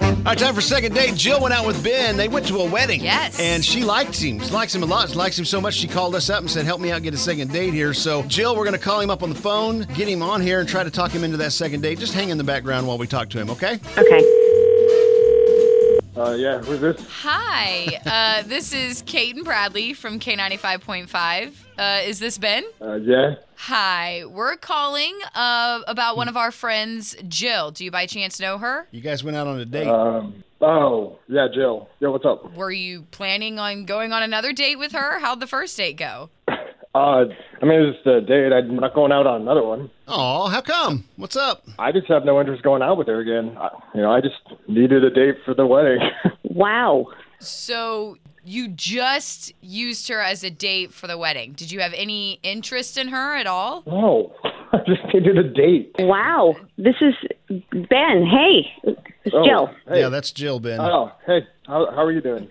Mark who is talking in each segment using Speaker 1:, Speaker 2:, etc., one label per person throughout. Speaker 1: All right, time for second date. Jill went out with Ben. They went to a wedding.
Speaker 2: Yes.
Speaker 1: And she liked him. She likes him a lot. She likes him so much she called us up and said, Help me out get a second date here. So, Jill, we're going to call him up on the phone, get him on here, and try to talk him into that second date. Just hang in the background while we talk to him, okay?
Speaker 3: Okay.
Speaker 4: Uh, yeah, who's this?
Speaker 2: Hi, uh, this is Kate and Bradley from K95.5. Uh, is this Ben?
Speaker 4: Uh, yeah.
Speaker 2: Hi, we're calling uh, about one of our friends, Jill. Do you by chance know her?
Speaker 1: You guys went out on a date.
Speaker 4: Um, oh, yeah, Jill. Yo, what's up?
Speaker 2: Were you planning on going on another date with her? How'd the first date go?
Speaker 4: Uh, I mean, it's just a date. I'm not going out on another one.
Speaker 1: Oh, how come? What's up?
Speaker 4: I just have no interest going out with her again. I, you know, I just needed a date for the wedding.
Speaker 3: Wow.
Speaker 2: So you just used her as a date for the wedding. Did you have any interest in her at all?
Speaker 4: no, I just needed a date.
Speaker 3: Wow. This is Ben. Hey, it's
Speaker 4: Oh,
Speaker 3: Jill.
Speaker 4: Hey.
Speaker 1: Yeah, that's Jill, Ben.
Speaker 4: Oh, hey, how, how are you doing?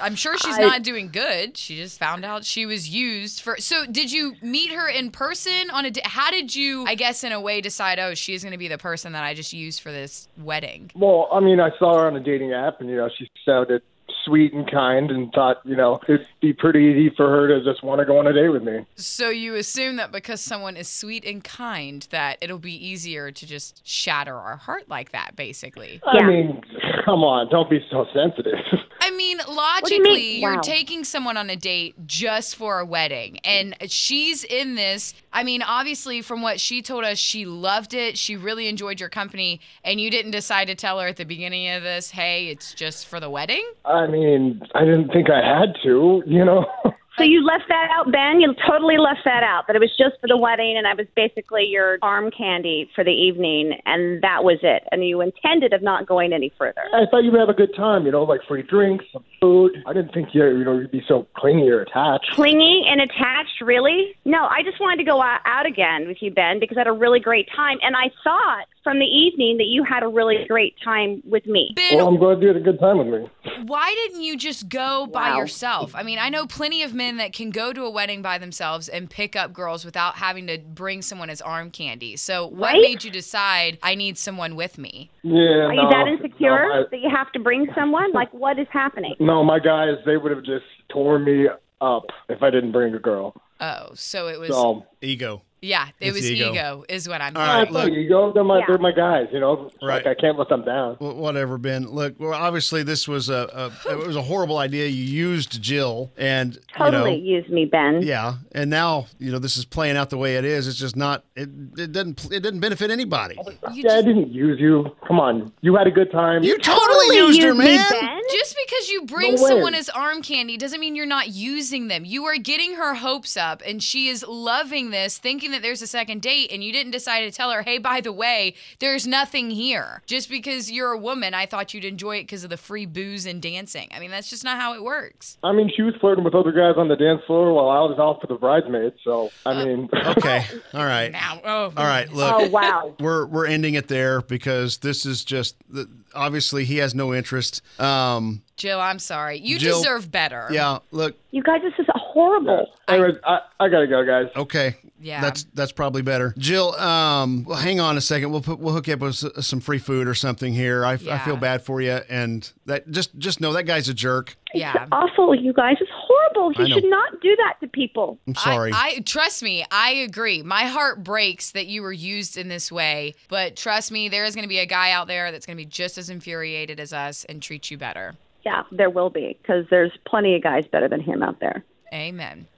Speaker 2: I'm sure she's
Speaker 3: I-
Speaker 2: not doing good. She just found out she was used for. So, did you meet her in person on a? da- How did you, I guess, in a way, decide? Oh, she is going to be the person that I just used for this wedding.
Speaker 4: Well, I mean, I saw her on a dating app, and you know, she sounded sweet and kind, and thought, you know, it'd be pretty easy for her to just want to go on a date with me.
Speaker 2: So you assume that because someone is sweet and kind, that it'll be easier to just shatter our heart like that, basically.
Speaker 3: Yeah.
Speaker 4: I mean, come on, don't be so sensitive.
Speaker 2: I mean,
Speaker 3: do you mean?
Speaker 2: logically, you are
Speaker 3: Wow.
Speaker 2: taking someone on a date just for a wedding, and she's in this. I mean, obviously, from what she told us, she loved it. She really enjoyed your company, and you didn't decide to tell her at the beginning of this, "Hey, it's just for the wedding."
Speaker 4: I mean, I didn't think I had to, you know.
Speaker 3: So you left that out, Ben. You totally left that out. That it was just for the wedding, and I was basically your arm candy for the evening, and that was it. And you intended of not going any further.
Speaker 4: I thought you'd have a good time, you know, like free drinks, some food. I didn't think you, you know, you'd be so clingy or attached.
Speaker 3: Clingy and attached, really? No, I just wanted to go out, out again with you, Ben, because I had a really great time, and I thought from the evening that you had a really great time with me.
Speaker 2: Ben,
Speaker 4: Well, I'm glad you had a good time with me.
Speaker 2: why didn't you just go by
Speaker 3: Wow.
Speaker 2: yourself? I mean, I know plenty of men that can go to a wedding by themselves and pick up girls without having to bring someone as arm candy. So, what
Speaker 3: Right?
Speaker 2: made you decide I need someone with me?
Speaker 4: Yeah.
Speaker 3: Are
Speaker 4: no,
Speaker 3: you that insecure
Speaker 4: No, I-
Speaker 3: that you have to bring someone? Like, what is happening?
Speaker 4: no, my guys, they would have just torn me up if I didn't bring a girl.
Speaker 2: Oh, so it was
Speaker 4: So
Speaker 1: Ego.
Speaker 2: Yeah, it
Speaker 1: It's
Speaker 2: was
Speaker 1: ego.
Speaker 2: ego. is what I'm.
Speaker 1: All right,
Speaker 4: That's
Speaker 1: look.
Speaker 4: okay, you go. They're my,
Speaker 3: Yeah.
Speaker 4: they're my guys. You know, It's
Speaker 1: Right.
Speaker 4: like I can't let them down.
Speaker 1: Wh- Whatever, Ben. Look, well, obviously this was a, a it was a horrible idea. You used Jill, and
Speaker 3: Totally
Speaker 1: you know,
Speaker 3: use me, Ben.
Speaker 1: Yeah, and now you know this is playing out the way it is. It's just not. It, it doesn't. pl- It didn't benefit anybody.
Speaker 2: You
Speaker 4: Yeah, I
Speaker 2: just,
Speaker 4: didn't use you. Come on, you had a good time.
Speaker 1: You totally,
Speaker 3: Totally
Speaker 1: used, her,
Speaker 3: me,
Speaker 1: man.
Speaker 3: Ben.
Speaker 2: just because you bring
Speaker 4: No way.
Speaker 2: someone as arm candy doesn't mean you're not using them. You are getting her hopes up, and she is loving this, thinking that there's a second date, and you didn't decide to tell her, "Hey, by the way, there's nothing here." Just because you're a woman, I thought you'd enjoy it because of the free booze and dancing. I mean, that's just not how it works.
Speaker 4: I mean, she was flirting with other guys on the dance floor while I was out for the bridesmaids. So I mean,
Speaker 1: Uh, Okay. All right.
Speaker 2: Now, oh,
Speaker 1: All right. Look.
Speaker 3: Oh, wow.
Speaker 1: We're, we're ending it there because this is just the, obviously he has no interest. Um,
Speaker 2: Jill, I'm sorry. You
Speaker 1: Jill-
Speaker 2: deserve better.
Speaker 1: yeah, look,
Speaker 3: You guys, this is horrible.
Speaker 4: anyways, I, I gotta go, guys.
Speaker 1: okay,
Speaker 2: Yeah.
Speaker 1: that's that's probably better. Jill, um, well, hang on a second. We'll put, we'll hook you up with s- some free food or something here. I, I
Speaker 2: Yeah.
Speaker 1: feel bad for you, and that just just know that guy's a jerk.
Speaker 2: yeah.
Speaker 3: Awful, you guys. It's horrible.
Speaker 1: I
Speaker 3: He
Speaker 1: know. Mm.
Speaker 3: should not do that to people.
Speaker 1: I'm sorry.
Speaker 2: I, I trust me. I agree. My heart breaks that you were used in this way, but trust me, there is going to be a guy out there that's going to be just as infuriated as us and treat you better.
Speaker 3: Yeah, there will be because there's plenty of guys better than him out there.
Speaker 2: Amen.